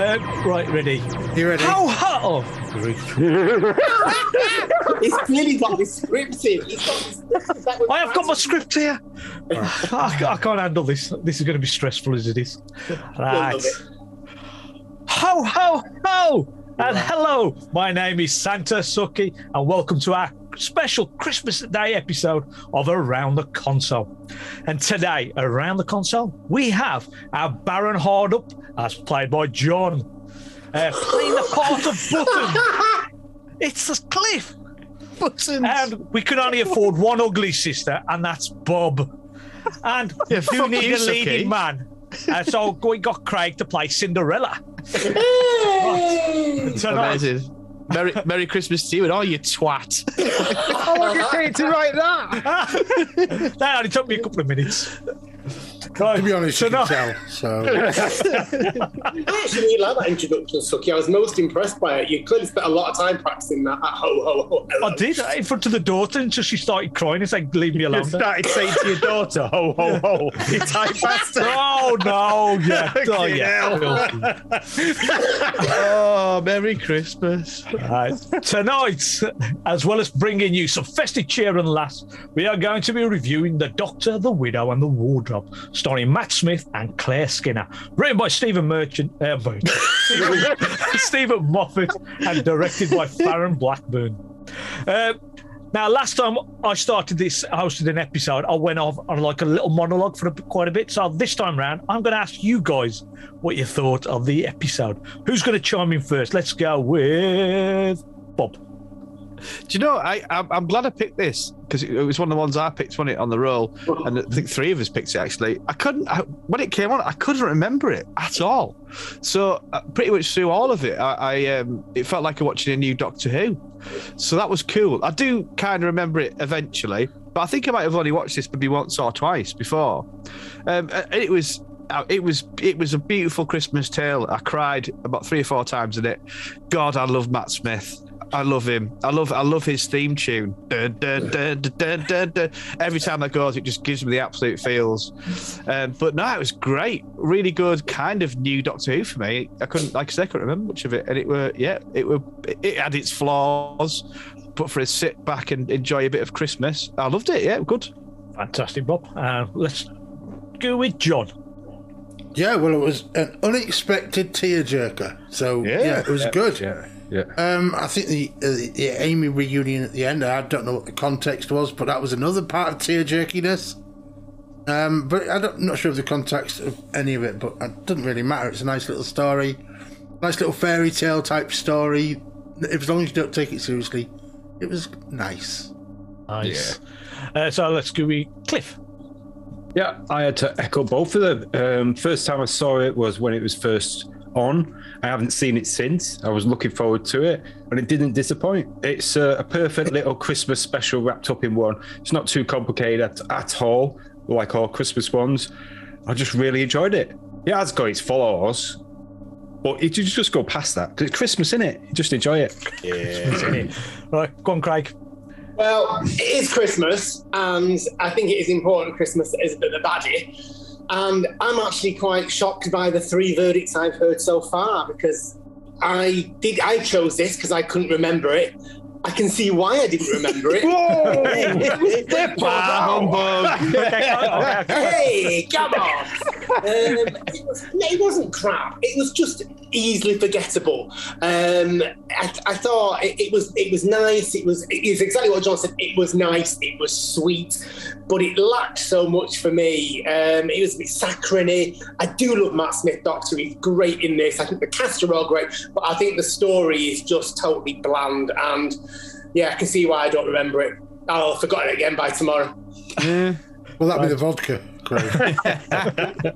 Uh, Right, ready. You ready? How hot? Oh, grief. He's clearly got his script here. He's got his script. That was I have got my script here. I, ca- I can't handle this. This is going to be stressful as it is. Right. Ho, ho, ho! And hello, my name is Santa Suki, and welcome to our special Christmas Day episode of Around the Console. And today, around the console, we have our Baron Hardup, as played by John, uh, playing the part of Button. It's a cliff. Buttons. And we can only afford one ugly sister, and that's Bob. And Yeah, we do fuck need you, a leading Suki. man. Uh, so we got Craig to play Cinderella. Hey! Tonight. Amazing. Merry, Merry Christmas to you and all you twat. How long did it take to write that? that only took me a couple of minutes. Right, To be honest, you can tonight- tell. So I actually really like that introduction, Suki. I was most impressed by it. You clearly spent a lot of time practicing that. Ah, Ho, ho, ho. I did uh, in front of the daughter until she started crying and said, Leave me You alone. started saying to your daughter, ho, ho, ho. You type faster. Oh no, yeah. Oh Fucking yeah. hell. filthy. oh, Merry Christmas. Uh, tonight, as well as bringing you some festive cheer and laughs, we are going to be reviewing The Doctor, The Widow, and The Wardrobe, starring Matt Smith and Claire Skinner, written by Stephen Merchant, uh, Merchant. Stephen, Stephen Moffat, and directed by Farron Blackburn. Uh, now, last time I started this, hosted an episode, I went off on like a little monologue for a, quite a bit. So this time round, I'm going to ask you guys what you thought of the episode. Who's going to chime in first? Let's go with Bob. Do you know, I, I'm, I'm glad I picked this because it, it was one of the ones I picked, wasn't it, on the roll? And I think three of us picked it, actually. I couldn't, I, when it came on, I couldn't remember it at all. So uh, pretty much through all of it, I, I um, it felt like I was watching a new Doctor Who. So that was cool. I do kind of remember it eventually, but I think I might have only watched this maybe once or twice before. Um, and it was uh, it was it was a beautiful Christmas tale. I cried about three or four times in it. God, I love Matt Smith. I love him. I love I love his theme tune. Dun, dun, dun, dun, dun, dun, dun. Every time that goes, it just gives me the absolute feels. Um, but no, it was great. Really good, kind of new Doctor Who for me. I couldn't, like I said, I couldn't remember much of it. And it were yeah, it were it had its flaws, but for a sit back and enjoy a bit of Christmas, I loved it. Yeah, good. Fantastic, Bob. Uh, let's go with John. yeah, well, it was an unexpected tearjerker. So yeah, Yeah. it was good. Yeah, yeah. Um, I think the, uh, the the Amy reunion at the end. I don't know what the context was, but that was another part of tearjerkiness. Um, but I don't, am not sure of the context of any of it. But it doesn't really matter. It's a nice little story, nice little fairy tale type story. If as long as you don't take it seriously, it was nice. Nice. Uh, so let's go with Cliff. Yeah, I had to echo both of them. Um, first time I saw it was when it was first on. I haven't seen it since. I was looking forward to it, and it didn't disappoint. It's uh, a, a perfect little Christmas special wrapped up in one. It's not too complicated at, at all, like all Christmas ones. I just really enjoyed it. It has got its flaws, but it you just go past that 'cause it's Christmas, in it. Just enjoy it. Right, go on, Craig. Well, it is Christmas, and I think it is important Christmas is a bit of a baddie. And I'm actually quite shocked by the three verdicts I've heard so far because I did I chose this because I couldn't remember it. I can see why I didn't remember it. Okay, okay, okay. hey, come on! um, it, was, no, it wasn't crap. It was just easily forgettable. Um, I, I thought it, it was it was nice. It was it is exactly what John said. It was nice. It was sweet, but it lacked so much for me. Um, it was a bit saccharine. I do love Matt Smith Doctor. He's great in this. I think the cast are all great, but I think the story is just totally bland. And yeah, I can see why I don't remember it. Oh, I forgot it again by tomorrow. Well, that'd be the vodka, Craig.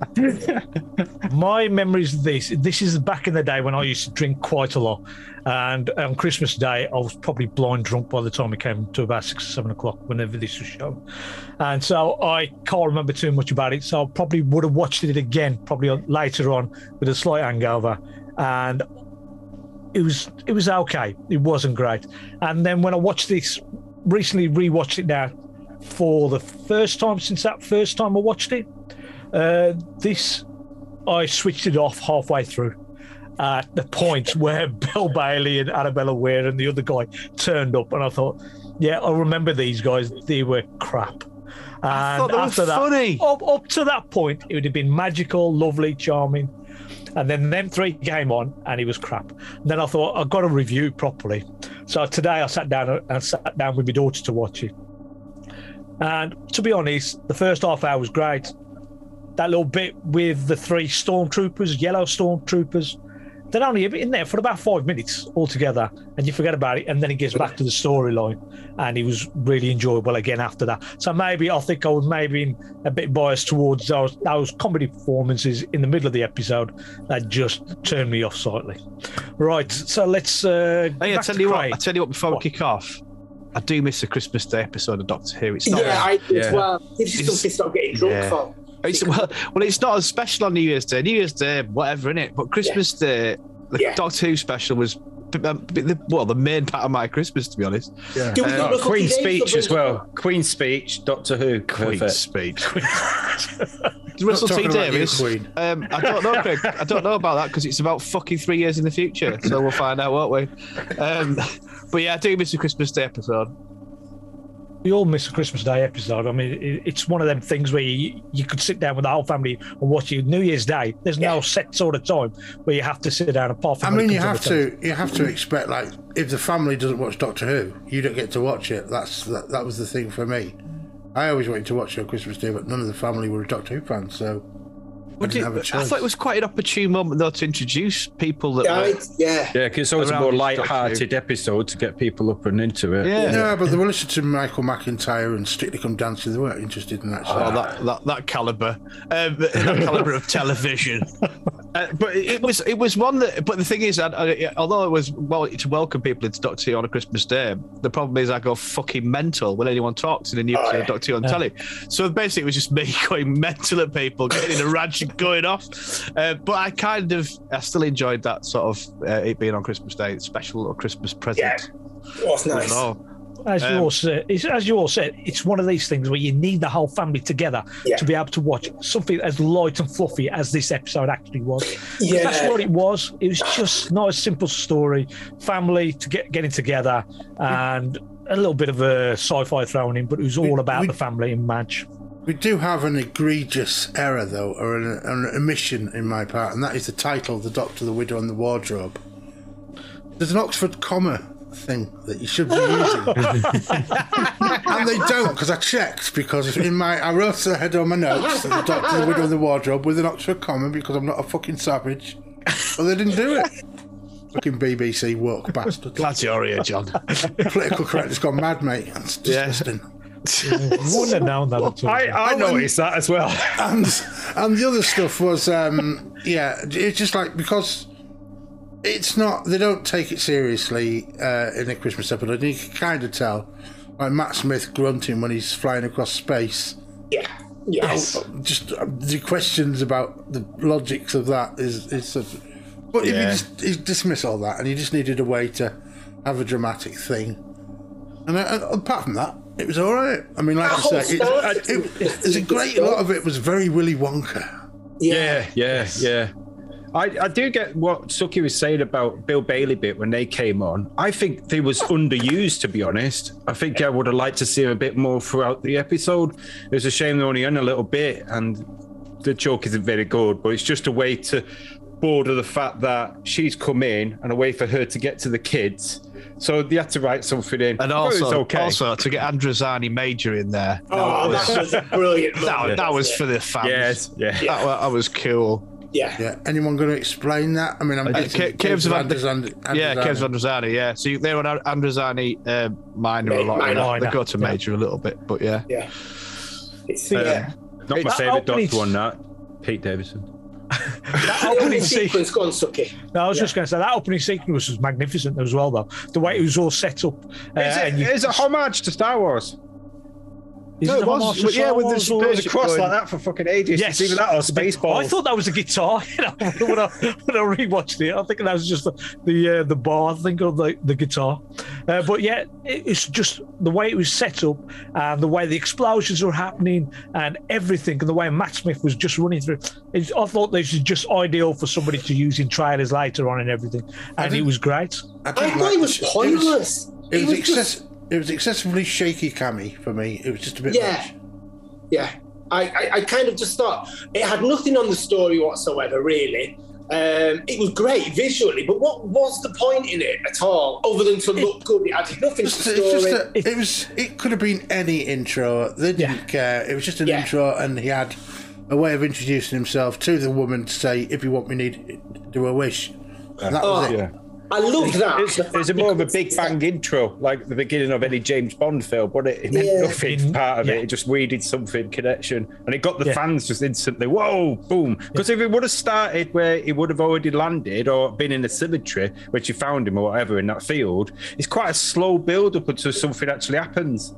My memories of this, this is back in the day when I used to drink quite a lot. And on Christmas Day, I was probably blind drunk by the time it came to about six or seven o'clock, whenever this was shown. And so I can't remember too much about it. So I probably would have watched it again, probably later on with a slight hangover. And it was it was okay. It wasn't great. And then when I watched this, recently rewatched it now for the first time since that first time I watched it. Uh, this I switched it off halfway through, at the point where Bill Bailey and Annabella Ware and the other guy turned up, and I thought, yeah, I remember these guys. They were crap. And thought they were after that, Oh, funny. up up to that point, it would have been magical, lovely, charming. And then them three came on, and he was crap. And then I thought I've got to review it properly. So today I sat down and sat down with my daughter to watch it. And to be honest, the first half hour was great. That little bit with the three stormtroopers, yellow stormtroopers, they're only in there for about five minutes altogether, and you forget about it. And then it gets back to the storyline, and it was really enjoyable again after that. So maybe I think I was maybe a bit biased towards those those comedy performances in the middle of the episode that just turned me off slightly. Right, so let's. Uh, Hey, I back tell to you Craig. what. I tell you what. Before What? we kick off, I do miss the Christmas Day episode of Doctor Who. It's not. Yeah, I did Yeah. as well. This is It's- something to stop getting drunk yeah. for. It's, well, well, it's not as special on New Year's Day. New Year's Day, whatever, in it. But Christmas Day, the Yeah. Doctor Who special was, um, the- well, the main part of my Christmas, to be honest. Yeah. Do we Oh, think Russell Queen's T Davies will speech as bring- well. Queen's speech, Doctor Who. Queen's Perfect. speech. Russell Not T talking about you, Davis. Queen. Um, I don't know, Craig. I don't know about that because it's about fucking three years in the future. So we'll find out, won't we? Um, but yeah, I do miss the Christmas Day episode. We all miss a Christmas Day episode. I mean, it- it's one of them things where you, you could sit down with the whole family and watch it. New Year's Day, there's no Yeah. set sort of time where you have to sit down apart from. I when it mean, you comes on have the to you have to expect like if the family doesn't watch Doctor Who, you don't get to watch it. That's that, that was the thing for me. I always wanted to watch it on Christmas Day, but none of the family were Doctor Who fans, so I Would didn't you- have a I choice. thought it was quite an opportune moment though to introduce people that. Yeah, were- I- yeah. Yeah, 'cause it's always a Around more Doctor Who. light-hearted episode to get people up and into it. yeah. No, but they were listening to Michael McIntyre and Strictly Come Dancing. They weren't interested in that. So. Oh, that, that that caliber, um, that caliber of television. Uh, but it was it was one that. But the thing is, I, I, although it was well to welcome people into Doctor Who on a Christmas day, the problem is I go fucking mental when anyone talks in a new Oh, episode of Doctor Who on telly. So basically, it was just me going mental at people, getting in a rage and going off. Uh, but I kind of I still enjoyed that sort of uh, it being on Christmas Day, special little Christmas present. Oh, it's I nice. don't know. As you Um, all said, it's, as you all said, it's one of these things where you need the whole family together Yeah. to be able to watch something as light and fluffy as this episode actually was. 'Cause Yeah. That's what it was. It was just not a simple story. Family to get getting together and a little bit of a sci-fi thrown in, but it was all about we- the family and Madge. We do have an egregious error, though, or an, an omission in my part, and that is the title The Doctor, the Widow, and the Wardrobe. There's an Oxford comma thing that you should be using. and they don't, because I checked, because in my, I wrote ahead on my notes that The Doctor, the Widow, and the Wardrobe with an Oxford comma because I'm not a fucking savage. But they didn't do it. Fucking BBC work bastard. Glad you're here, John. Political correctness gone mad, mate. That's Yeah. disgusting. Wouldn't have known that at all. I, I noticed that as well. and and the other stuff was um yeah it's just like because it's not they don't take it seriously uh in a christmas episode and you can kind of tell like matt smith grunting when he's flying across space Yeah. Yes. just uh, the questions about the logics of that is is such but if you just you dismiss all that and you just needed a way to have a dramatic thing and I, I- apart from that it was all right i mean like That i whole said uh, stuff it, it, there's a great a lot of it was very willy wonka Yeah, yeah, yeah. I, I do get what Suki was saying about Bill Bailey bit when they came on. I think they was underused to be honest. I think I would have liked to see him a bit more throughout the episode. It's a shame they're only in a little bit, and the joke isn't very good. But it's just a way to border the fact that she's come in and a way for her to get to the kids. So they had to write something in. And I thought it was also, okay. also to get Androzani Major in there. Oh, that was a brilliant. That, moment, that was wasn't for the fans. yes, yeah. That, wa- that was cool. it? Yeah. Yeah, anyone going to explain that? I mean, I'm Uh, guessing Ca- Caves of Andres- Andres- yeah, Andres- Kev's Androzani. Yeah, so you- they were on Androzani uh, minor a Ma- lot. minor. They go to major a little bit, but yeah. Yeah. It's, Um, yeah. Not my That favorite opening- Doctor one, that Pete Davidson. that The opening opening scene. sequence, go on, Suki. No, I was just going to say that opening sequence was magnificent as well, though. The way it was all set up. uh, Is it, and you- is it homage to Star Wars? Is No, it it was- Martial yeah, with Arts this or- bit- It's across like that for fucking ages. Yes. Yes. Even that or Spaceballs. I thought that was a guitar. You know, when I when I rewatched it, I think that was just the the, uh, the bar thing or the the guitar. Uh, but yeah, it, it's just the way it was set up and the way the explosions were happening and everything, and the way Matt Smith was just running through. It's, I thought this is just ideal for somebody to use in trailers later on and everything, and it didn't- was great. I, I didn't thought like it the was sh- it pointless. It just- was, excess, it was excessively shaky cami for me. It was just a bit Yeah. much. yeah. I, I, I kind of just thought it had nothing on the story whatsoever, really. Um, it was great visually, but what was the point in it at all, other than to look good? It added nothing to It's, the it's just story. a, it was. It could have been any intro. They didn't care. It was just an Yeah. intro, and he had a way of introducing himself to the woman to say, "If you want me, need do a wish." And that was Oh. it. Yeah. I love that. It's, The fact it's a more of a that- Big Bang intro, like the beginning of any James Bond film, but it, it meant Yeah. nothing part of Yeah. it. It just weeded something connection and it got the Yeah. fans just instantly, whoa, boom. Because if it would have started where it would have already landed or been in a cemetery, which you found him or whatever in that field, it's quite a slow build up until something actually happens.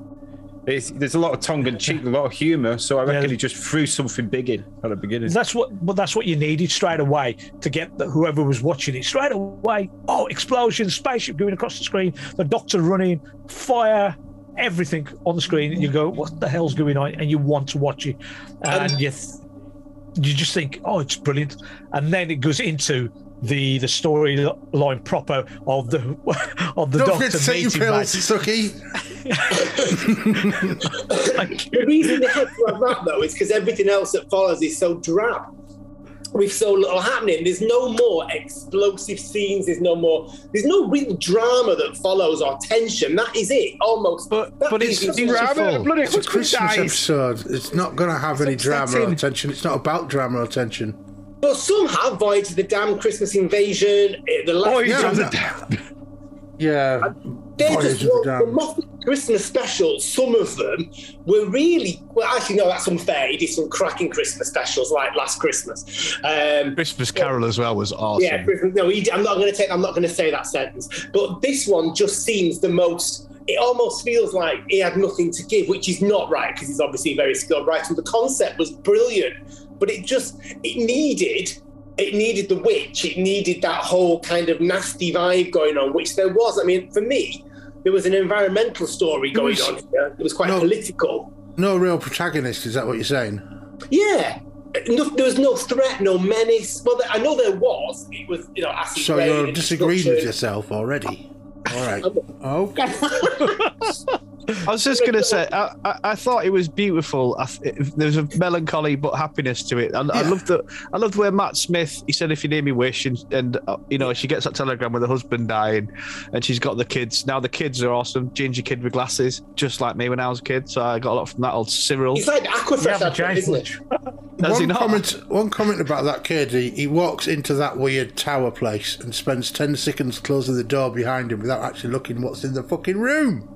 It's, there's a lot of tongue and cheek, a lot of humour, so I reckon Yeah. he just threw something big in at the beginning. That's what, but that's what you needed straight away to get the, whoever was watching it straight away. Oh, explosion, spaceship going across the screen, the doctor running, fire, everything on the screen. And you go, what the hell's going on? And you want to watch it, and you th- you just think, oh, it's brilliant. And then it goes into the the storyline proper of the of the Don't forget doctor to take your meeting. pills, mate. Sucky. Like, The reason they had to have that though is because everything else that follows is so drab. With so little happening, there's no more explosive scenes. There's no more. There's no real drama that follows or tension. That is it, almost. But- That but is it's- it. it's- Rabbit, Ah, bloody It's a husband Christmas dies. episode. It's not going to have any drama or upsetting. attention. It's not about drama or attention. But somehow, Voyage of the Damn Christmas Invasion, eh, the Oh, last. Voyage Yeah, of the no. Damn. Yeah, They Voyage just of the wrote Damned. the Moffat Christmas specials. Some of them were really well. Actually, no, that's unfair. He did some cracking Christmas specials like Last Christmas. Um, Christmas Carol as well was awesome. yeah, Christmas- no, he, did- I'm not going to take. I'm not going to say that sentence. But this one just seems the most. It almost feels like he had nothing to give, which is not right because he's obviously a very skilled writer. The concept was brilliant, but it just it needed it needed the witch. It needed that whole kind of nasty vibe going on, which there was. I mean, for me, there was an environmental story going on here. It was quite No. political. no real protagonist. Is that what you're saying? Yeah. No, there was no threat, no menace. Well, I know there was. It was, you know, acid So rain you're and disagreeing with destruction. yourself already. All right. Oh. Okay. I was just gonna say, I, I, I thought it was beautiful. I th- it, there was a melancholy but happiness to it. I, I Yeah. loved that. I loved where Matt Smith. He said, "If you name me wish," and, and uh, you know she gets that telegram with her husband dying, and she's got the kids. Now the kids are awesome. Ginger kid with glasses, just like me when I was a kid. So I got a lot from that old Cyril. It's like Aquafresh, Yeah, advert, James isn't it? Lynch. Does he one not? comment. One comment about that kid. He, he walks into that weird tower place and spends ten seconds closing the door behind him without actually looking what's in the fucking room.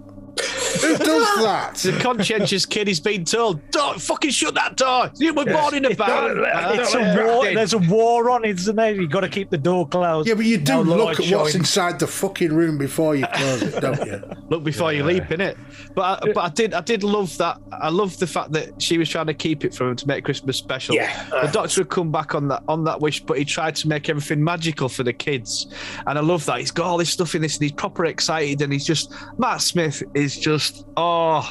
Who does that? He's a conscientious kid. He's been told, "Don't fucking shut that door. You were born in a barn." Uh, it's a war. There's a war on, isn't there? You've got to keep the door closed. Yeah, but you do No look light at what's showing. inside the fucking room before you close it, don't you? look before you leap in it. But I, but I did I did love that. I love the fact that she was trying to keep it from him to make Christmas special. Yeah. The doctor had come back on that on that wish, but he tried to make everything magical for the kids. And I love that he's got all this stuff in this, and he's proper excited, and he's just Matt Smith is just oh,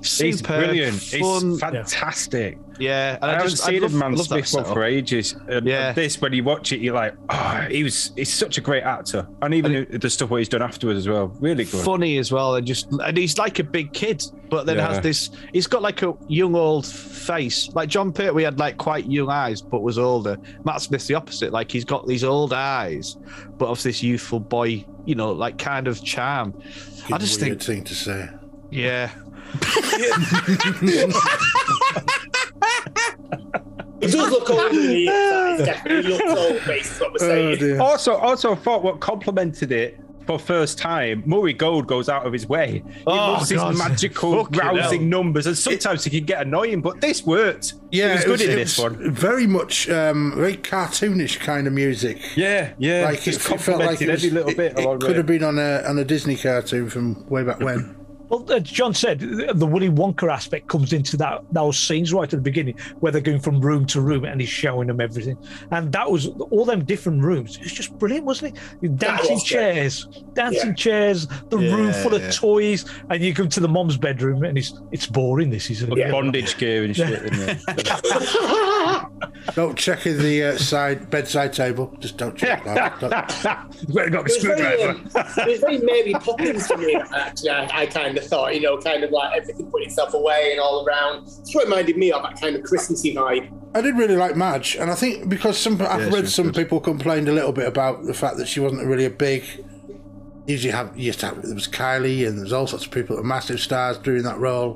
super He's brilliant. fun. He's fantastic. yeah, and I, I, haven't just I seen love, him man love that Smith one setup. for ages. And Yeah. this, when you watch it, you're like, oh, he was he's such a great actor. And even the stuff what he's done afterwards as well, really good. funny as well, and just and he's like a big kid, but then Yeah. has this. He's got like a young old face, like John Pitt. We had like quite young eyes, but was older. Matt Smith's the opposite. Like he's got these old eyes, but of this youthful boy, you know, like kind of charm. I just Weird think, thing to say. yeah, It does look old in the inside. It definitely looks old based on what we're saying. Oh, Also, also thought what complemented it for first time, Murray Gold goes out of his way. He Oh, loves God. his magical, Fucking rousing hell. numbers, and sometimes he can get annoying, but this worked. Yeah, he was it good was- in it this was one. Very much, um, very cartoonish kind of music. Yeah, yeah. Like it, just it felt like complemented it was, every little it- bit it along the could way. have been on a on a Disney cartoon from way back when. Well, as John said, the Willy Wonka aspect comes into that those scenes right at the beginning where they're going from room to room and he's showing them everything. And that was all them different rooms. It was just brilliant, wasn't it? Dancing was good. chairs, dancing Yeah. chairs, the room Yeah, full of yeah. toys, and you come to the mom's bedroom and it's it's boring. This is Like Bondage gear and shit. isn't it? Don't check the uh, side bedside table. Just don't check that. Don't- you better got a It was very, screwdriver. um, it was very Mary Poppins for me. Actually, I, I kind of thought, you know, kind of like everything put itself away and all around. It's what it reminded me of that kind of Christmassy vibe. I did really like Madge, and I think because some I've she read was some good. people complained a little bit about the fact that she wasn't really a big. Usually, have used to have there was Kylie and there's all sorts of people that were massive stars doing that role,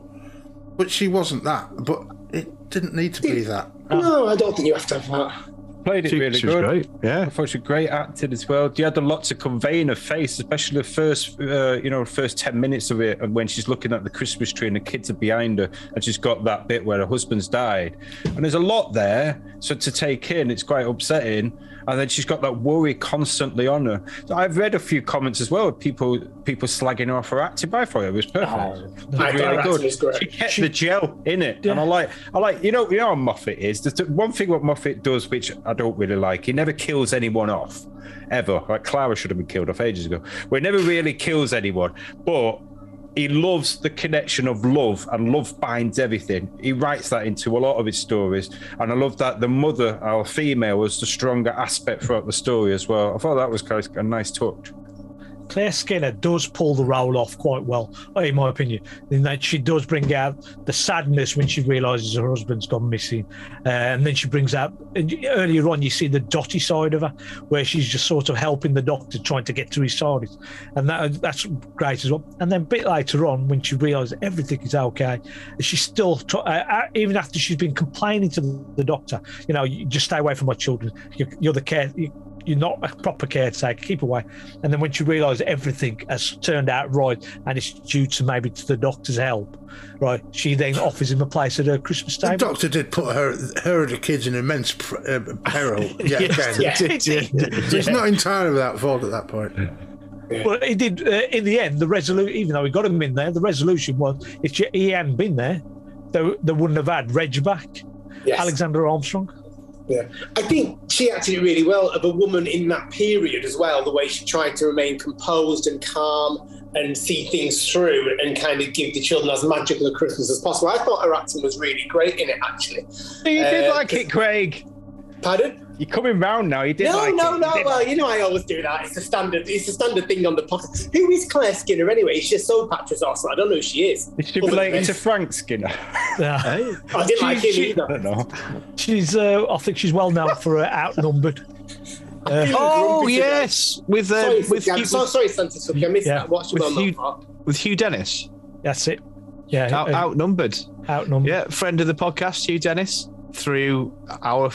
but she wasn't that. But it didn't need to be that. No, I don't think you have to have that. Played it She- really she was good. great. Yeah. I thought she was great acted as well. You had a lot to convey in her face, especially the first, uh, you know, first ten minutes of it, and when she's looking at the Christmas tree and the kids are behind her, and she's got that bit where her husband's died, and there's a lot there, so to take in, it's quite upsetting. And then she's got that worry constantly on her. So I've read a few comments as well, of people people slagging her off her acting, but I thought it was perfect. It was I thought her acting was great. She kept the gel in it, and I like, I like, you know, you know how Moffat is. There's the one thing what Moffat does, which I don't really like. He never kills anyone off, ever. Like Clara should have been killed off ages ago. Where he never really kills anyone, but he loves the connection of love, and love binds everything. He writes that into a lot of his stories, and I love that the mother, our female, was the stronger aspect throughout the story as well. I thought that was kind of a nice touch. Claire Skinner does pull the role off quite well, in my opinion. In that she does bring out the sadness when she realizes her husband's gone missing, uh, and then she brings out and earlier on you see the dotty side of her, where she's just sort of helping the doctor trying to get to his side, and that that's great as well. And then a bit later on when she realizes everything is okay, she's still try- uh, uh, even after she's been complaining to the doctor, you know, you just stay away from my children. You're, you're the care. You, you're not a proper caretaker. Keep away. And then when you realise everything has turned out right, and it's due to maybe to the doctor's help, right? She then offers him a place at her Christmas The table. doctor did put her her and the kids in immense pr- uh, peril. Yeah, again. yeah. So it's not entirely without fault at that point. But he did uh, in the end. The resolution, even though he got him in there, the resolution was if he hadn't been there, they, they wouldn't have had Reg back, Yes. Alexander Armstrong. Yeah. I think she acted it really well of a woman in that period as well, the way she tried to remain composed and calm and see things through and kind of give the children as magical a Christmas as possible. I thought her acting was really great in it, actually. You did did Uh, like like it, Craig. Pardon? You're coming round now. You did no, like no, it. no. Well, you know I always do that. It's a standard. It's a standard thing on the podcast. Who is Claire Skinner anyway? Is she a soap actress or something? I don't know who she is. Is she Other related than- to Frank Skinner? Yeah. I didn't like him She- she- either. I don't know. She's, uh, I think she's well known for her outnumbered. Uh, Oh Grumpy today. yes, with uh, Sorry, with Suki, I'm Hugh, so sorry, Santa Suki. I missed Yeah. that. Watch With well, Hugh- not with Hugh Dennis, That's it. Yeah, out, uh, outnumbered. outnumbered. Yeah, friend of the podcast, Hugh Dennis, through our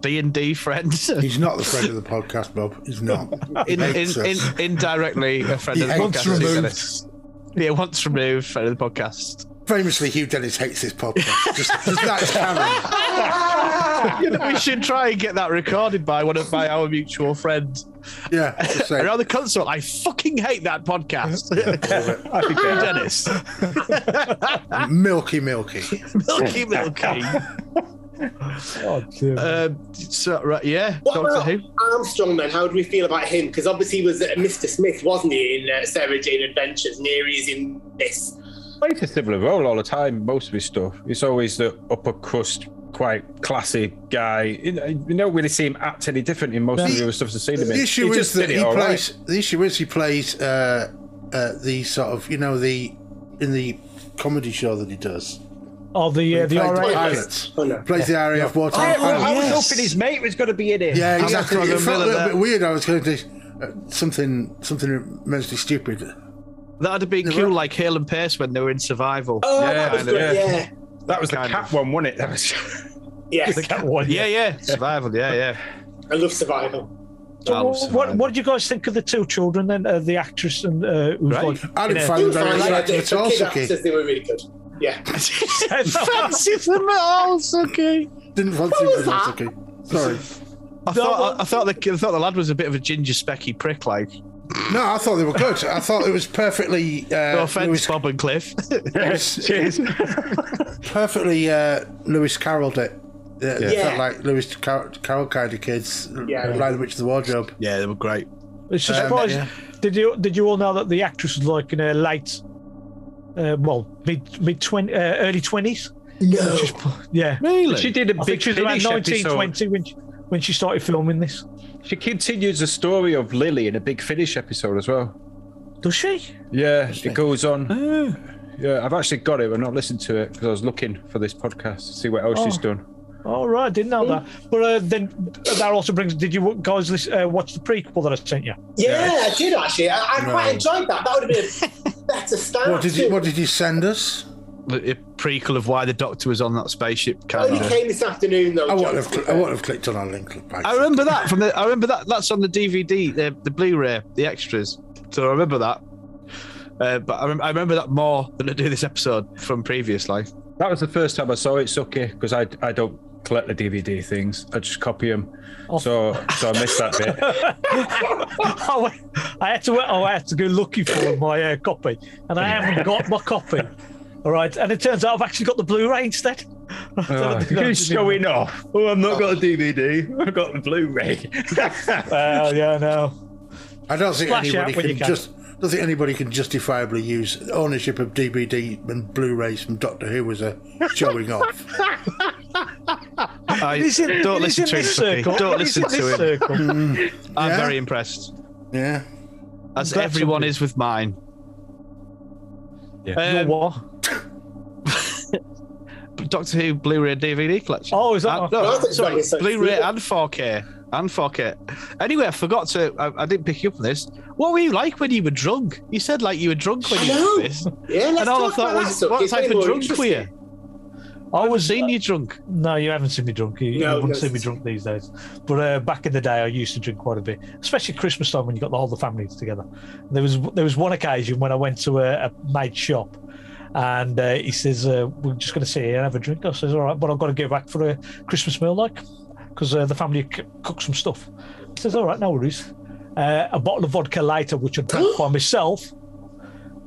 D and D friends, in, He's not the friend of the podcast, Bob. He's not. He in, hates in, us. indirectly a friend He of the hates podcast, Hugh removed. Dennis. Yeah, once removed, friend of the podcast. Famously, Hugh Dennis hates this podcast. Just, just that is canon. You know, we should try and get that recorded by one of by our mutual friends Yeah. just say- around the console. I fucking hate that podcast. I think Hugh I- Dennis, Milky, milky. Milky Milky. Oh, dear. Um, so right, yeah, What Doctor about Who. Armstrong then? How do we feel about him? Because obviously he was uh, Mr. Smith, wasn't he, in uh, Sarah Jane Adventures? And here he is in this. plays a similar role all the time. Most of his stuff, it's always the upper crust, quite classy guy. You know, you don't really see him act any different in most of the other stuff I've seen him in. The issue He is just that did it he all right. plays. The issue is he plays uh, uh, the sort of you know the in the comedy show that he does. oh, the uh, the plays RA. pilots. Oh, no. Plays the RAF wartime I, I pilots. was Yes. hoping his mate was going to be in it. Yeah, after exactly. It Adam felt a Miller little there. bit weird. I was going to uh, something something immensely stupid. That'd have been cool, like Hale and Pace when they were in Survival. Oh, Yeah, that was I know. good. Yeah. Yeah. that was the Kind cat of. one, wasn't it? That was. Yes. That one, Yeah, yeah, Survival. Yeah, yeah. I love survival. So Well, what, what, what did you guys think of the two children then? Uh, the actress and uh, who's Right. like, I didn't Yeah. find It him was very fine. Like, attractive the at all. kid Suki. actors, they were really good. Yeah. Fancy them at all, Suki. Didn't fancy him at all. Suki. Sorry. I thought, I, I thought the I thought the lad was a bit of a ginger specky prick, like No, I thought they were good. I thought it was perfectly. Uh, No offense, Lewis- Bob and Cliff. Cheers. perfectly uh, Lewis Carrolled it. Yeah, it Yeah. felt like Lewis Car- Carroll kind of kids. Yeah. Yeah, Lion the Witch of the Wardrobe. yeah, they were great. It's just surprised. yeah. Did you did you all know that the actress was like in her late, uh, well mid mid twenty uh, early twenties? No. Yeah, Really? She did a I big think she was around finish nineteen episode. twenty when she, when she started filming this. She continues the story of Lily in a big finish episode as well. Does she? Yeah, it goes on. Yeah, I've actually got it, but not listened to it because I was looking for this podcast to see what else she's Oh. done. All right, didn't know that. But uh, then that also brings. Did you guys listen, uh, watch the prequel that I sent you? Yeah, I did actually. I, I quite Right. enjoyed that. That would have been a better start. What did you to- What did you send us? The a prequel of why the Doctor was on that Oh, spaceship. It only Canada. came this afternoon though. I John. wouldn't have. Cl- I wouldn't have clicked on our link. I remember that from the. I remember that. That's on the DVD, the, the Blu-ray, the extras. So I remember that. Uh, but I, rem- I remember that more than I do this episode from previous life. That was the first time I saw it, Sucky, because I I don't collect the DVD things. I just copy them. So so I missed that bit. I, went- I had to. Oh, I had to go looking for my uh, copy, and I haven't got my copy. All right, and it turns out I've actually got the Blu-ray instead. Oh, you're showing off. Oh, I've not got a DVD. I've got the Blu-ray. Well, yeah, no. I don't think Flash out anybody when can, you can. just. Don't think anybody can justifiably use ownership of DVD and Blu-rays from Doctor Who as a showing off. I It's in- don't it's listen in to him. this Sophie. circle. Don't It's listen in to this him. circle. I'm Yeah. very impressed, Hmm. Yeah. as glad everyone somebody- is with mine. Yeah. Um, what? Doctor Who Blu-ray DVD collection. Oh, is that? Uh, I no, thought you sorry, were saying Blu-ray Blu-ray. and 4K and 4K. Anyway, I forgot to. I, I didn't pick you up on this. What were you like when you were drunk? You said like you were drunk when I you know. did this. Yeah, let's and all I talk thought about was, that. what It's way type of more drunk were you? interesting. I was. Seen you drunk. No, you haven't seen me drunk. You, you No, wouldn't no. see me drunk these days. But uh, back in the day, I used to drink quite a bit, especially Christmas time when you got the whole the family together. There was there was one occasion when I went to a, a mate's shop, and uh, he says, uh, "We're just going to sit here and have a drink." I says, "All right, but I've got to go back for a Christmas meal, like, because uh, the family c- cooked some stuff." He says, "All right, no worries." Uh, a bottle of vodka later, which I drank by myself.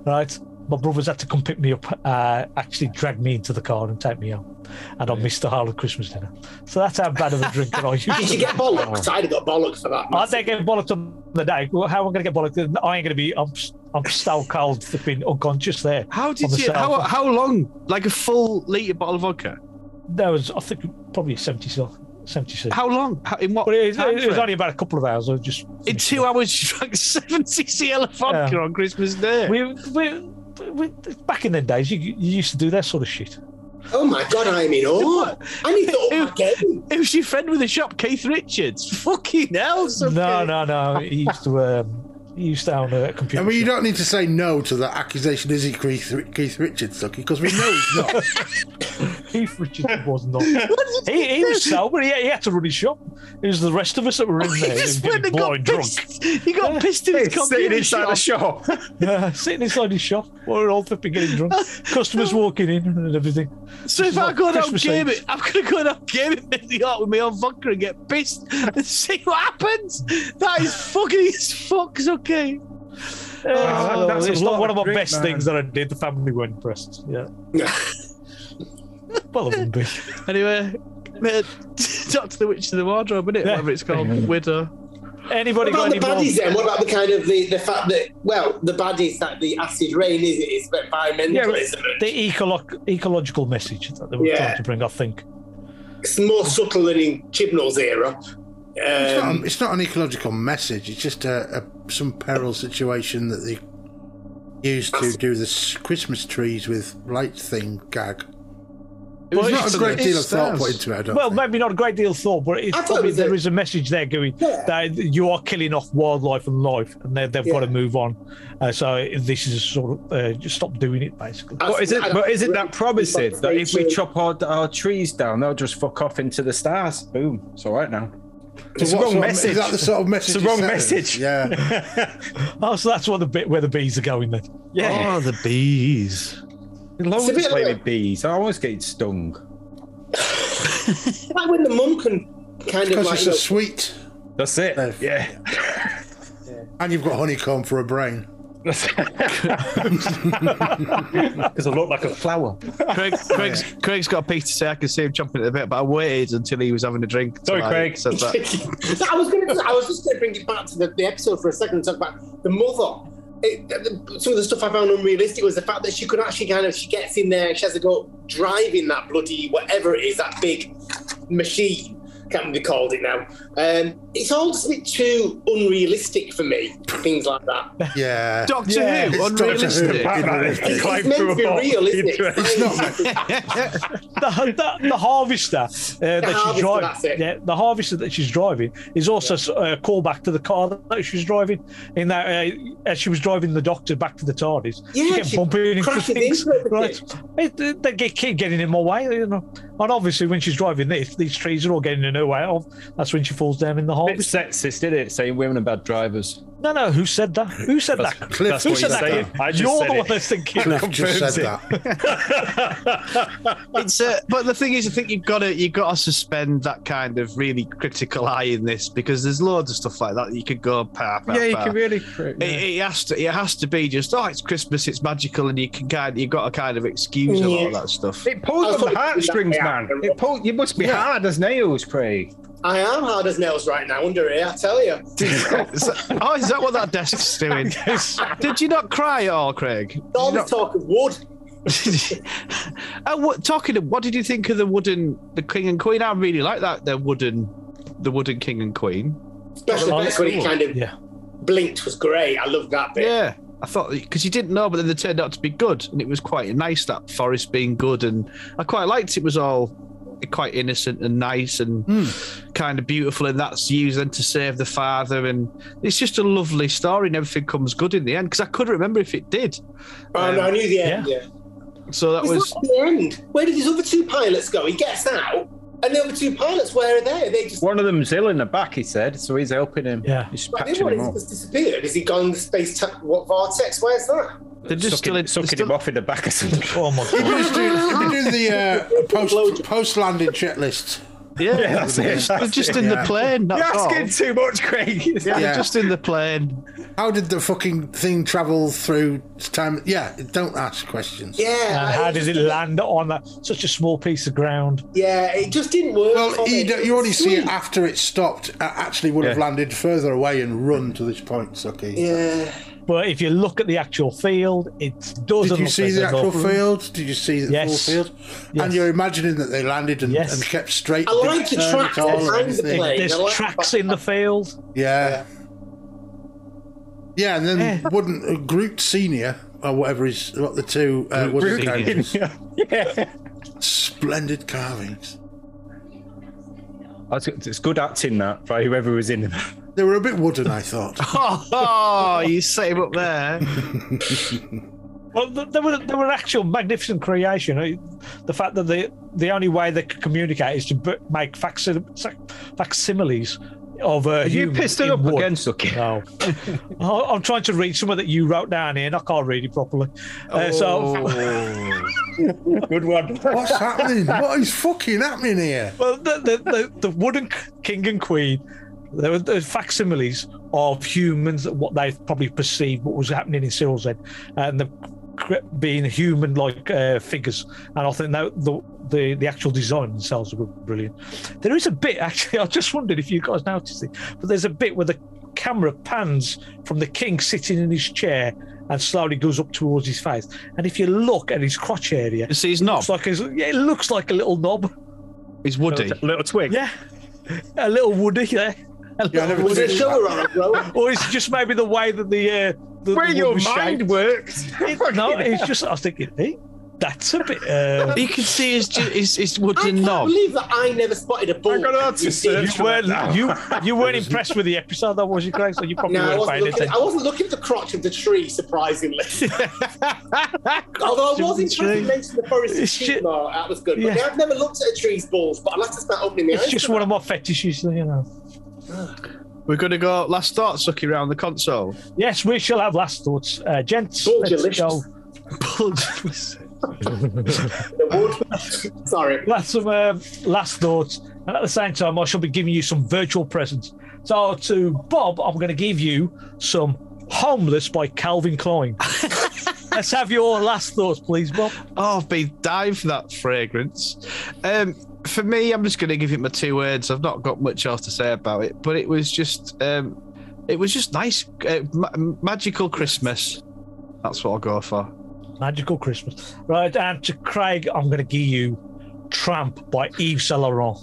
Right, my brothers had to come pick me up, uh, actually drag me into the car and take me home, and I missed the whole of Christmas dinner. So that's how bad of a drinker I used. to Did you be. get bollocks? Oh. I'd have got bollocks for that. I think get bollocked on the day. Well, How am I going to get bollocked? I ain't going to be. I'm, I'm stone cold, flipping unconscious there. How on did the you? How, sofa. how long? Like a full liter bottle of vodka. That was, I think, probably 70 still. 76. How long? How, in what? But it, time it, was frame? only about a couple of hours. I was just in two hours. You drank seventy cl of vodka Yeah. on Christmas Day. We, we, we, back in the days, you, you used to do that sort of shit. Oh my god, I'm in awe. I need to up my game. Who's your friend with the shop? Keith Richards. Fucking hell. No, Sophie. no, no. He used to, um, he used to own a computer. I mean, you shop. don't need to say no to that accusation. Is he Keith, Keith Richards, Sucky? Because we know he's not. Keith Richards was not. he, he was sober. He, he had to run his shop. It was the rest of us that were in He there. just being went and got blind drunk. pissed. He got pissed in his Sitting computer inside shop. the shop. Yeah, sitting inside his shop. We're all flipping getting drunk. Customers walking in and everything. So This if is I what go down Christmas game, is. it, I'm gonna go down game it in New York with my own vodka and get pissed and see what happens. That is fucking as fucks okay. Uh, that's a it's lot like one of of my drink, best man. things that I did. The family were impressed. Yeah. well, they wouldn't be. Anyway, uh, Doctor the Witch of the Wardrobe, isn't it? Yeah. Whatever it's called, Widow. Anybody What got about the any baddies more? then? What about the kind of the, the fact that well, the baddies that the acid rain is it is environmentalism. The ecolo- ecological message that they were Yeah. trying to bring, I think. it's more subtle than in Chibnall's era. It's not, Um, an- it's not an ecological message. It's just a, a some peril situation that they used to do this Christmas trees with lights thing gag. There's not a great deal of thought put into it. I don't Well, think. maybe not a great deal of thought, but it's I thought it probably was there a- is a message there going Yeah. that you are killing off wildlife and life, and they- they've got to Yeah. move on. Uh, so this is a sort of uh, just stop doing it, basically. But is it? But is it that promising that if we chop our, our trees down, they'll just fuck off into the stars? Boom! It's all right now. It's the What wrong sort of- message. Is that the sort of message? the wrong it's sending? message. Yeah. Oh, so that's what the bit where the bees are going then. yeah, Oh, the bees. It's loads a of bit play like- with bees. I always get stung. like when the mum can kind of Because like it's you a know, sweet. That's it. No. Yeah. And you've got honeycomb for a brain. Because I look like a flower. Craig, Craig's, Craig's got a piece to say. I can see him chomping at the bit, but I waited until he was having a drink. Sorry, till I Craig. said that. I was going to. I was just going to bring it back to the, the episode for a second and talk about the mother. It, the, some of the stuff I found unrealistic was the fact that she could actually kind of she gets in there, she has to go driving that bloody whatever it is, that big machine. Can't be called it now. Um, it's all just a bit too unrealistic for me. Things like that. Yeah. Doctor Yeah, Who, it's Doctor Who. unrealistic. Batman is It's, Climb it's meant through to a be box real, isn't it? into it. It's not the, the, the harvester uh, that she's harvester, that's driving, it. yeah, the harvester that she's driving is also a callback to the car that she was driving. In that, uh, as she was driving the doctor back to the TARDIS, she Yeah, kept she bumping into crashes things. into everything. right, it, it- they get, keep getting in my way, you know. And obviously, when she's driving this, these trees are all getting in her way. Of that's when she falls down in the bit harvester. sexist, did it? Saying women are bad drivers. No, no, who said that? Who said that? Cliff Who what said you that? said. Ian? I just You're said the it. one that's thinking. Cliff just confirms said it. that. It's uh, but the thing is, I think you've got to you've got to suspend that kind of really critical eye in this because there's loads of stuff like that, that you could go pa, pa, yeah, you pa. can really. It, it has to it has to be just oh it's Christmas, it's magical, and you can kind you've got to kind of excuse a lot of that stuff. It I pulls was on the talking to heartstrings, that guy. man. It pulls. You must be Yeah. hard as nails, Craig. I am hard as nails right now under here. I tell you. Is that- oh, is that what that desk's doing? Did you not cry at all, Craig? Did All you the not- talk of wood. Uh, what, talking of, what did you think of the wooden, the king and queen? I really like that. The wooden, the wooden king and queen. Special Oh, effects when it cool. kind of Yeah. blinked was great. I love that bit. Yeah, I thought because you didn't know, but then they turned out to be good, and it was quite nice that forest being good, and I quite liked it was all quite innocent and nice and kind of beautiful, and that's used then to save the father, and it's just a lovely story, and everything comes good in the end. Because I couldn't remember if it did, Oh, no, I knew the end. Yeah. so that It's was not the end. Where did his other two pilots go? He gets out, and the other two pilots, where are they? They just. One of them's ill in the back, he said, so he's helping him. Yeah. he's Like, patching everyone him has up, just disappeared. Has he gone in the space? T- what vortex? Where's that? they're just sucking, still in, sucking still- him off in the back or something. Oh my Did god! you do, did you do the uh, post Loads. post landing checklist? Yeah, Yeah, that's it. they're That's just it. in Yeah. the plane. That's You're all. asking too much, Craig. Yeah, Yeah. they're just in the plane. How did the fucking thing travel through time? Yeah, don't ask questions. Yeah. And I- Uh, how did it land on that, such a small piece of ground? Yeah, it just didn't work. Well, for you, me. don't- you only see it Sweet. after it stopped. I actually would have Yeah. landed further away and run to this point, Sucky. Yeah. But if you look at the actual field, it doesn't. Did you look see like the there's actual no- field? Did you see the Yes. full field? Yes. And you're imagining that they landed and, Yes. and kept straight. I like didn't the turn track at all or behind the anything. plane. There's Yeah, like- tracks in the field. Yeah. Yeah, and then Yeah. wouldn't uh, Groot Senior or whatever is what the two uh, wooden characters- yeah. Splendid carvings. That's, it's good acting that by whoever was in them. They were a bit wooden, I thought. Oh, oh, you set him up there. Well, th- they were they were an actual magnificent creation. Uh, The fact that the the only way they could communicate is to b- make facsi- sac- facsimiles of uh, Have you humans pissed it in up wood. again, Sucky? No, I- I'm trying to read something that you wrote down here, and I can't read it properly. Uh, Oh. So, Good one. What's happening? What is fucking happening here? well, the the, the, the wooden c- king and queen, there were the facsimiles of humans, what they probably perceived what was happening in Cyril's head, and the cre- being human-like uh, figures. And I think that the, the the actual design themselves were brilliant. There is a bit actually. I just wondered if you guys noticed it, but there's a bit where the camera pans from the king sitting in his chair and slowly goes up towards his face. And if you look at his crotch area, You see, he's It's not. like his, yeah, it looks like a little knob. He's Woody. Little twig. Yeah, a little woody there. Yeah, I never Was it a did show that. around, bro? Or it's just maybe the way that the uh, the, Where the your wood was mind shaped. works. It- no, it's just I was thinking, hey, that's a bit. Uh, You can see his, ju- his, his I wooden can't knob. believe that I never spotted a ball. I'm gonna have to You search did. you weren't you you weren't impressed with the episode that was you, Craig? So you probably No, I weren't wasn't, paying looking, I attention. wasn't looking at the crotch of the tree, surprisingly. Although I was impressed you mentioned the forest It's tree shit. mark. That was good. But Yeah. yeah, I've never looked at a tree's balls, but I'll have to start opening my eyes. It's just to one of my fetishes, you know. We're going to go last thought, Sucky, round the console. Yes, we shall have last thoughts, uh, gents. Bull Let's go. delicious. the wood. Sorry. uh, Last some um last thoughts, and at the same time, I shall be giving you some virtual presents So to Bob, I'm going to give you some Homeless by Calvin Klein. Let's have your last thoughts, please, Bob. Oh, I've been dying for that fragrance. Um, for me, I'm just going to give it my two words. I've not got much else to say about it, but it was just, um, it was just nice, uh, ma- magical Christmas. That's what I'll go for. Magical Christmas. Right, and to Craig, I'm going to give you Tramp by Yves Saint Laurent.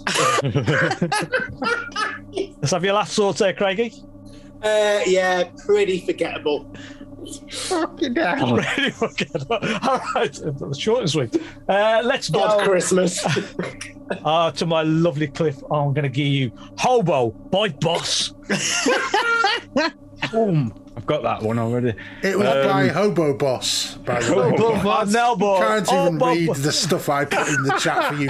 Let's have your last thoughts there, Craigie. Uh, yeah, pretty forgettable. Really fucking- All right, that was short and sweet. Uh, let's Bob go Christmas. uh, to my lovely Cliff. I'm going to give you Hobo by Boss. Boom. I've got that one already. It was Um, by Hobo Boss, by the way. Hobo Oh, Nelbo. Can't even oh, Hobo. read the stuff I put in the chat for you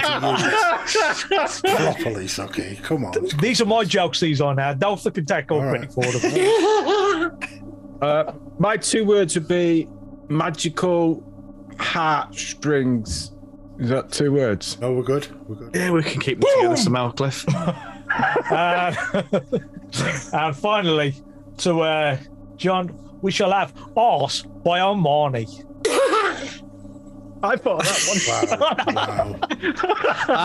to use properly, Sucky. Come on. These are my jokes. These are now. Don't flipping take all All credit right. for them. Uh, my two words would be magical heartstrings. Is that two words? No, we're good. We're good. Yeah, we can keep them together somehow, Cliff. Uh, and finally, to uh, John, we shall have Arse by Armani. I thought that Wow. wow.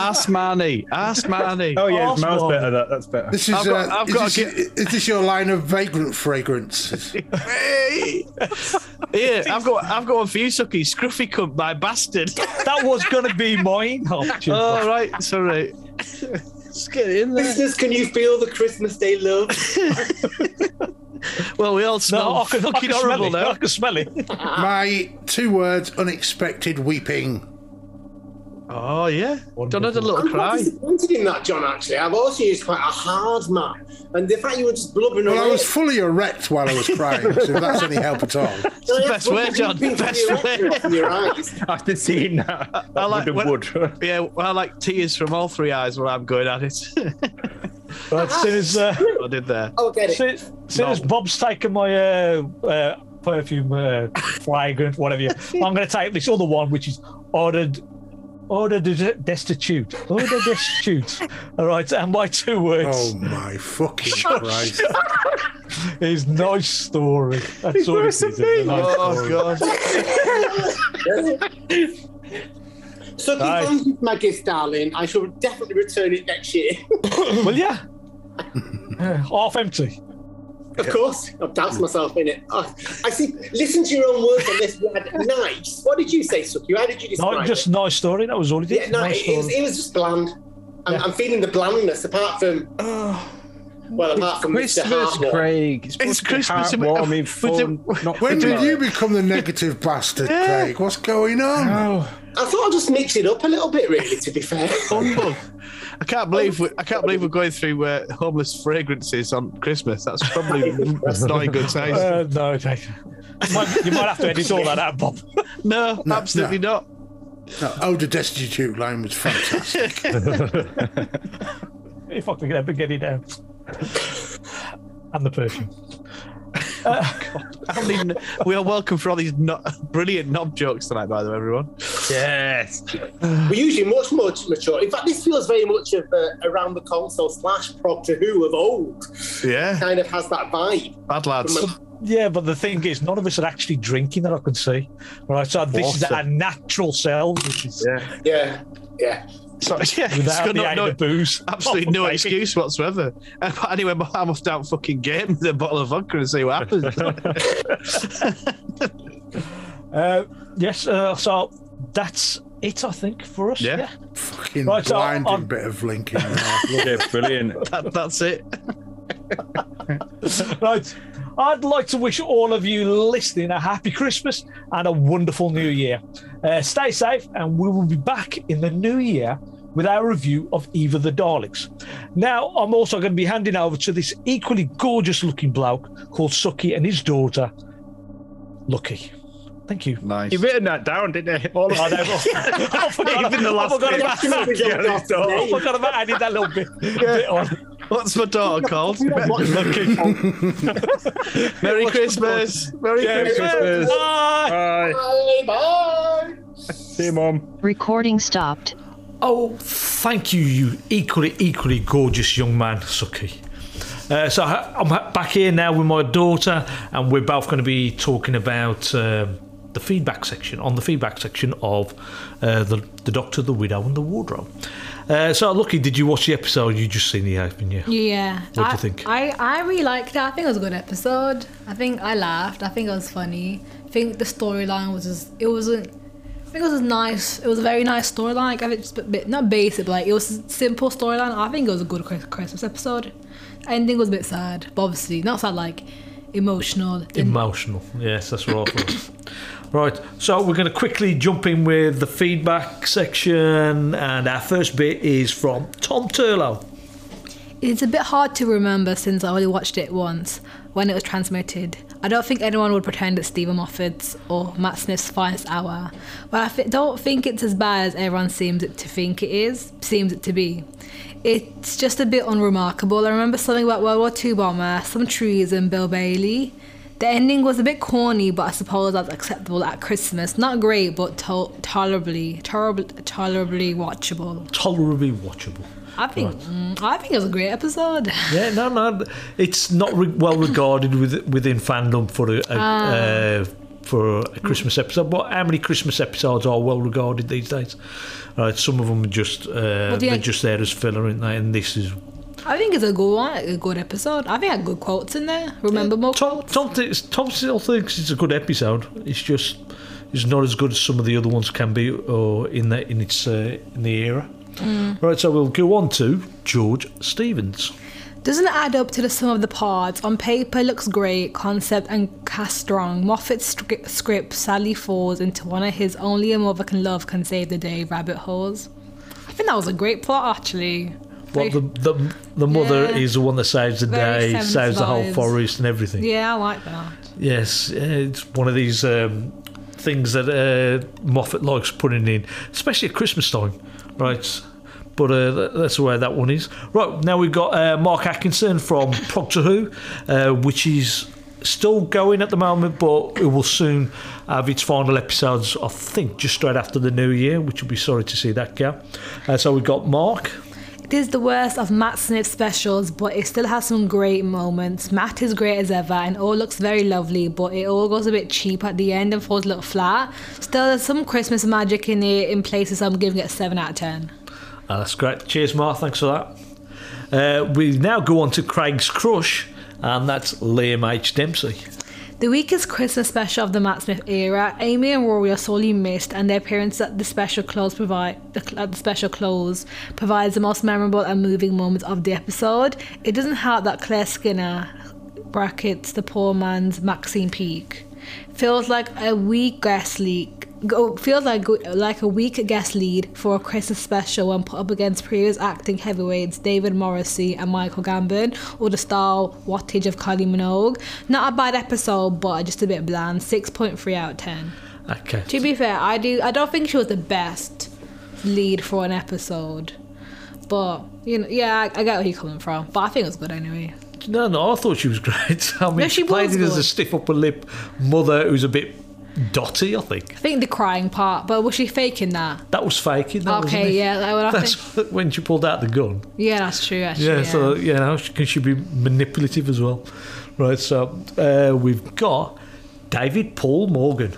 Ask Marnie. Ask Marnie. Oh yeah, it's Arsenal. mine's better. That, that's better. This is, I've got- uh, I've is, got this, to is this your line of vagrant fragrances? Hey! Yeah, I've got, I've got one for you, Sucky. Scruffy cunt, my bastard. That was going to be mine. Oh, Jesus. All right, it's all right. Let's get in there. Listeners, can you feel the Christmas Day love? Well, we all smell no, I can, I fucking can smell horrible it. I now. can smell it. My two words unexpected weeping. Oh yeah, done had a little I'm quite cry. disappointed in that, John, actually. I've also used quite a hard man. And the fact you were just blubbering Well, I away. was fully erect while I was crying, so if that's any help at all. No, yeah, best way, you've John, been best from your way. rectum, from your eyes. After seeing that, that I like- would have when- would. Yeah, well, I like tears from all three eyes when I'm going at it. But as soon as, uh, I did there. I'll Oh, get it. soon, soon as No. Bob's taken my uh, uh, perfume, uh, fragrant, whatever, you, I'm going to take this other one, which is ordered. Order de- destitute. Order destitute. All right, and my two words. Oh my fucking Christ. Oh. His nice story. That's all it is. It's a nice Oh story. god. So, Aye. thank you for my gift, darling. I shall definitely return it next year. Will ya? Uh, Half empty. Of course, I've danced myself in it. Oh, I see. Listen to your own words on this. You had nice. What did you say, Suki? How did you describe Not it? just nice story. That was all he did. Yeah, no, nice it, it was, story. it was just bland. I'm, I'm feeling the blandness, apart from. Oh. well, apart from Christmas, Mr. Hartnell. Craig. It's, It's supposed to be Christmas and we- Heartwarming, we fun. do- not When thinking did about you it. become the negative bastard, Craig? What's going on? Oh, I thought I'd just mix it up a little bit, really. To be fair, Oh, Humbug. I can't believe we, I can't believe we're going through uh, homeless fragrances on Christmas. That's probably that's not a good sign. Uh, no, it ain't. You might, you might have to edit all that out, Bob. No, absolutely not. No, oh, the destitute line was fantastic. If I can ever get it out. And the perfume. I mean, we are welcome for all these no- brilliant knob jokes tonight, by the way, everyone. yes. we're usually much more mature. In fact, this feels very much of uh, around the console slash Proctor Who of old. Yeah, Kind of has that vibe. bad lads. Yeah, but the thing is, none of us are actually drinking that I can see. Right, so this is Water. our natural selves, which is Yeah, yeah. So, yeah, it's without got the no- aid no- of booze. Absolutely Oh, no baby. excuse whatsoever. Uh, But anyway, I'm off down fucking game with a bottle of vodka and see what happens. Uh, yes, uh, so that's it, I think, for us. Yeah. yeah. fucking Right, so blinding I'm- bit of linking. there. Yeah, brilliant. That- that's it. Right. I'd like to wish all of you listening a happy Christmas and a wonderful new year. Uh, stay safe, and we will be back in the new year with our review of Eva the Daleks. Now, I'm also going to be handing over to this equally gorgeous looking bloke called Suki and his daughter, Lucky. Thank you. Nice. You've written that down, didn't you? All of I that. never, I forgot, Even the last I forgot bit. about I forgot about adding that little bit, bit on. What's my daughter called? Lucky. Merry Christmas. Merry Yeah, Christmas. Christmas. Bye. Bye. Bye bye. See you, Mum. Recording stopped. Oh, thank you, you equally, equally gorgeous young man, Suki. Uh, so I- I'm ha- back here now with my daughter, and we're both going to be talking about um, the feedback section on the feedback section of uh, the the Doctor, the Widow, and the Wardrobe. Uh, so, lucky, did you watch the episode? You just seen the open, yeah? Yeah. What do you I, think? I, I really liked it. I think it was a good episode. I think I laughed. I think it was funny. I think the storyline was just, it wasn't, I think it was nice. It was a very nice storyline. Like, I think just a bit, not basic, but like it was a simple storyline. I think it was a good Chris- Christmas episode. Ending was a bit sad, but obviously not sad like emotional. Emotional. Yes, that's right. right. So we're going to quickly jump in with the feedback section, and our first bit is from Tom Turlow. It's a bit hard to remember since I only watched it once when it was transmitted. I don't think anyone would pretend it's Stephen Moffat's or Matt Smith's finest hour, but I thi- don't think it's as bad as everyone seems it to think it is, seems it to be. It's just a bit unremarkable. I remember something about World War II bomber, some trees, and Bill Bailey. The ending was a bit corny, but I suppose that's acceptable at Christmas. Not great, but to- tolerably, tolerably, tolerably watchable. Tolerably watchable. I think, mm, I think it was a great episode. Yeah, no, no, it's not re- well regarded with, within fandom for a, a uh, for a Christmas episode. But how many Christmas episodes are well regarded these days? Right, some of them are just uh, do you- they're just there as filler, aren't they? And this is I think it's a good one, a good episode. I think I had good quotes in there. Remember more Tom. quotes? Tom, thinks, Tom still thinks it's a good episode. It's just it's not as good as some of the other ones can be, or in the in its uh, in the era. Right, so we'll go on to George Stevens. Doesn't add up to the sum of the parts. On paper, looks great. Concept and cast strong. Moffat's script, script sadly falls into one of his only a mother can love can save the day rabbit holes. I think that was a great plot, actually. Well, the Very- the, the mother Yeah. is the one that saves the Very day, Seventh saves the whole vibes. forest and everything. yeah, I like that. Yes, uh, it's one of these um, things that uh, Moffat likes putting in, especially at Christmas time, right? But uh, th- that's where that one is. Right, now we've got uh, Mark Atkinson from Proctor Who, uh, which is still going at the moment, but it will soon have its final episodes, I think, just straight after the new year, which will be sorry to see that go. Uh, so we've got Mark. It is the worst of Matt Smith's specials, but it still has some great moments. Matt is great as ever and all looks very lovely, but it all goes a bit cheap at the end and falls a little flat. Still, there's some Christmas magic in it in places I'm giving it a 7 out of 10. Uh, that's great. Cheers, Mark. Thanks for that. Uh, we now go on to Craig's Crush, and that's Liam H. Dempsey. The weakest Christmas special of the Matt Smith era, Amy and Rory are sorely missed, and their appearance at the special close provide the, at the special close provides the most memorable and moving moments of the episode. It doesn't help that Claire Skinner brackets the poor man's Maxine Peak feels like a weak guest leak. Go, feels like like a weak guest lead for a Christmas special when put up against previous acting heavyweights David Morrissey and Michael Gambon, or the star wattage of Kylie Minogue. Not a bad episode, but just a bit bland. Six point three out of ten. Okay. To be fair, I do. I don't think she was the best lead for an episode, but you know, yeah, I, I get where you're coming from. But I think it was good anyway. No, no, I thought she was great. I mean, No, she played was it as a good. stiff upper lip mother who's a bit dotty, I think. I think the crying part, but was she faking that? That was faking, that wasn't okay, it? yeah, I would have That's to- when she pulled out the gun. Yeah, that's true. Actually, Yeah, yeah. so you know, she, can she be manipulative as well? Right, so uh, we've got David Paul Morgan.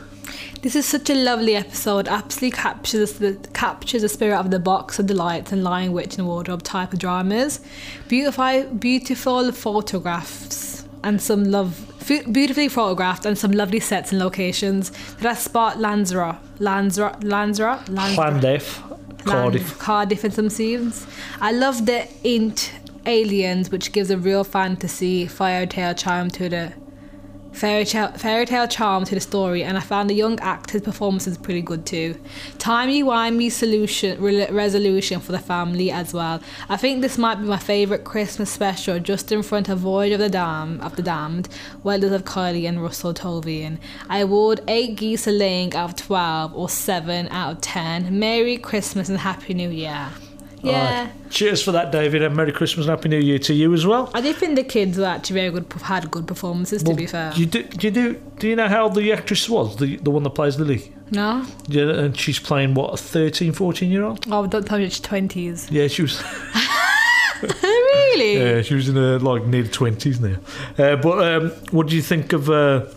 This is such a lovely episode. Absolutely captures the captures the spirit of the box of delights and lying witch and wardrobe type of dramas. Beautiful, beautiful photographs and some love, fu- beautifully photographed and some lovely sets and locations that have sparked Lanzarote, Lanzarote, Lanzarote, Plan Lanzarote, Def, Cardiff. Cardiff, and some scenes. I love the int aliens, which gives a real fantasy fairy tale charm to the fairy tale, fairy tale charm to the story, and I found the young actor's performances pretty good too. Timey wimey solution re- resolution for the family as well. I think this might be my favourite Christmas special, just in front of Voyage of the Dam of the Damned, Welders of Curly and Russell Tolvian. I award eight geese a laying out of twelve or seven out of ten. Merry Christmas and Happy New Year. Yeah. Cheers for that, David, and Merry Christmas and Happy New Year to you as well. I do think the kids were actually very good, had good performances, to be fair. You do, do you do do you know how old the actress was, the the one that plays Lily? no? Yeah, and she's playing what, a 13, 14 year old? Oh, don't tell me it's 20s. Yeah, she was really? Yeah, she was in her like mid twenties now. Uh, but um, what do you think of uh,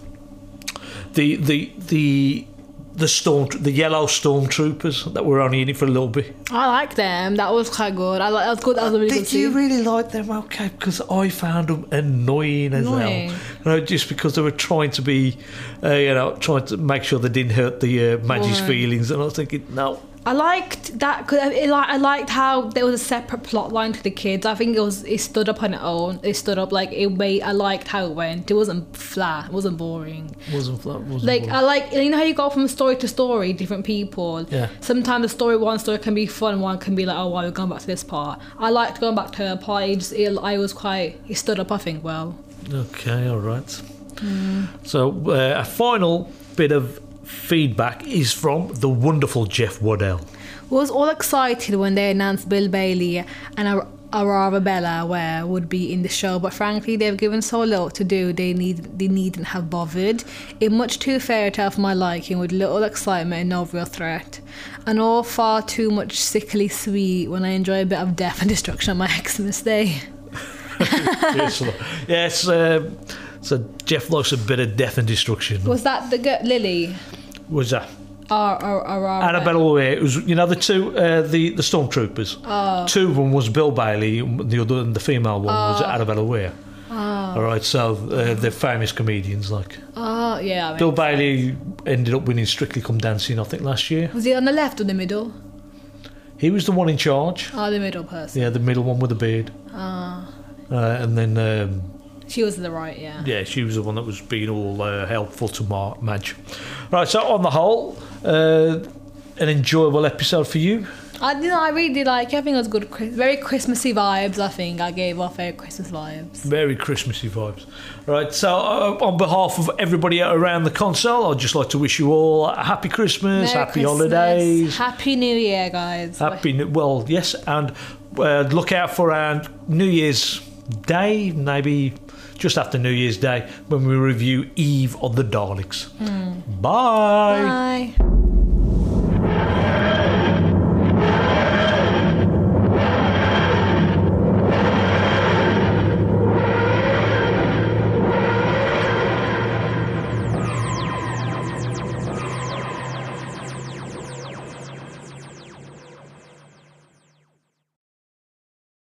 the the the the storm the yellow stormtroopers that were only in it for a little bit? I like them. That was quite good. I like, that was good. That was a really good Did you scene. really like them? Okay, because I found them annoying as Annoying. hell. You know, just because they were trying to be, uh, you know, trying to make sure they didn't hurt the uh, Maggie's Woman. feelings, and I was thinking, no, I liked that. Cause I, I li- I liked how there was a separate plot line to the kids. I think it was it stood up on its own. It stood up like it made. I liked how it went. It wasn't flat. It wasn't boring. wasn't flat. Wasn't Like boring. I like you know how you go from story to story, different people. Yeah. Sometimes the story one story can be fun, one can be like, oh, why we're going back to this part. I liked going back to her part. It just, it, I was quite. It stood up. I think well. Okay, all right. Mm. So, uh, a final bit of feedback is from the wonderful Jeff Waddell. was all excited when they announced Bill Bailey and Ar- Aurora Bella were would be in the show, but frankly, they've given so little to do. They need they needn't have bothered. It much too fairy tale for my liking, with little excitement and no real threat, and all far too much sickly sweet. When I enjoy a bit of death and destruction on my Xmas day. yes, yes uh, so Jeff likes a bit of death and destruction. Was that the girl Lily Was that or, or, Aurora? Annabelle Way? It was you know the two uh, the the stormtroopers. Two of them was Bill Bailey, and the other and the female one was Annabelle Way. All right, so uh, they're famous comedians. Like Oh yeah. I mean, Bill Bailey ended up winning Strictly Come Dancing, I think, last year. was he on the left or the middle? He was the one in charge. Oh, the middle person. Yeah, the middle one with the beard. Uh, and then, um, She was on the right. Yeah. yeah, she was the one that was being all uh, helpful to Mar- Madge. Right, so on the whole, uh, an enjoyable episode for you. I you know, I really did like. it. I think it was good. Chris- Very Christmassy vibes. I think I gave off very Christmas vibes. Very Christmassy vibes. Right, so uh, on behalf of everybody around the console, I'd just like to wish you all a happy Christmas, Merry happy Christmas. holidays, Happy New Year, guys. happy, new, well, yes, and uh, look out for our New Year's Day, maybe just after New Year's Day, when we review Eve of the Daleks. Bye. Hmm. Bye.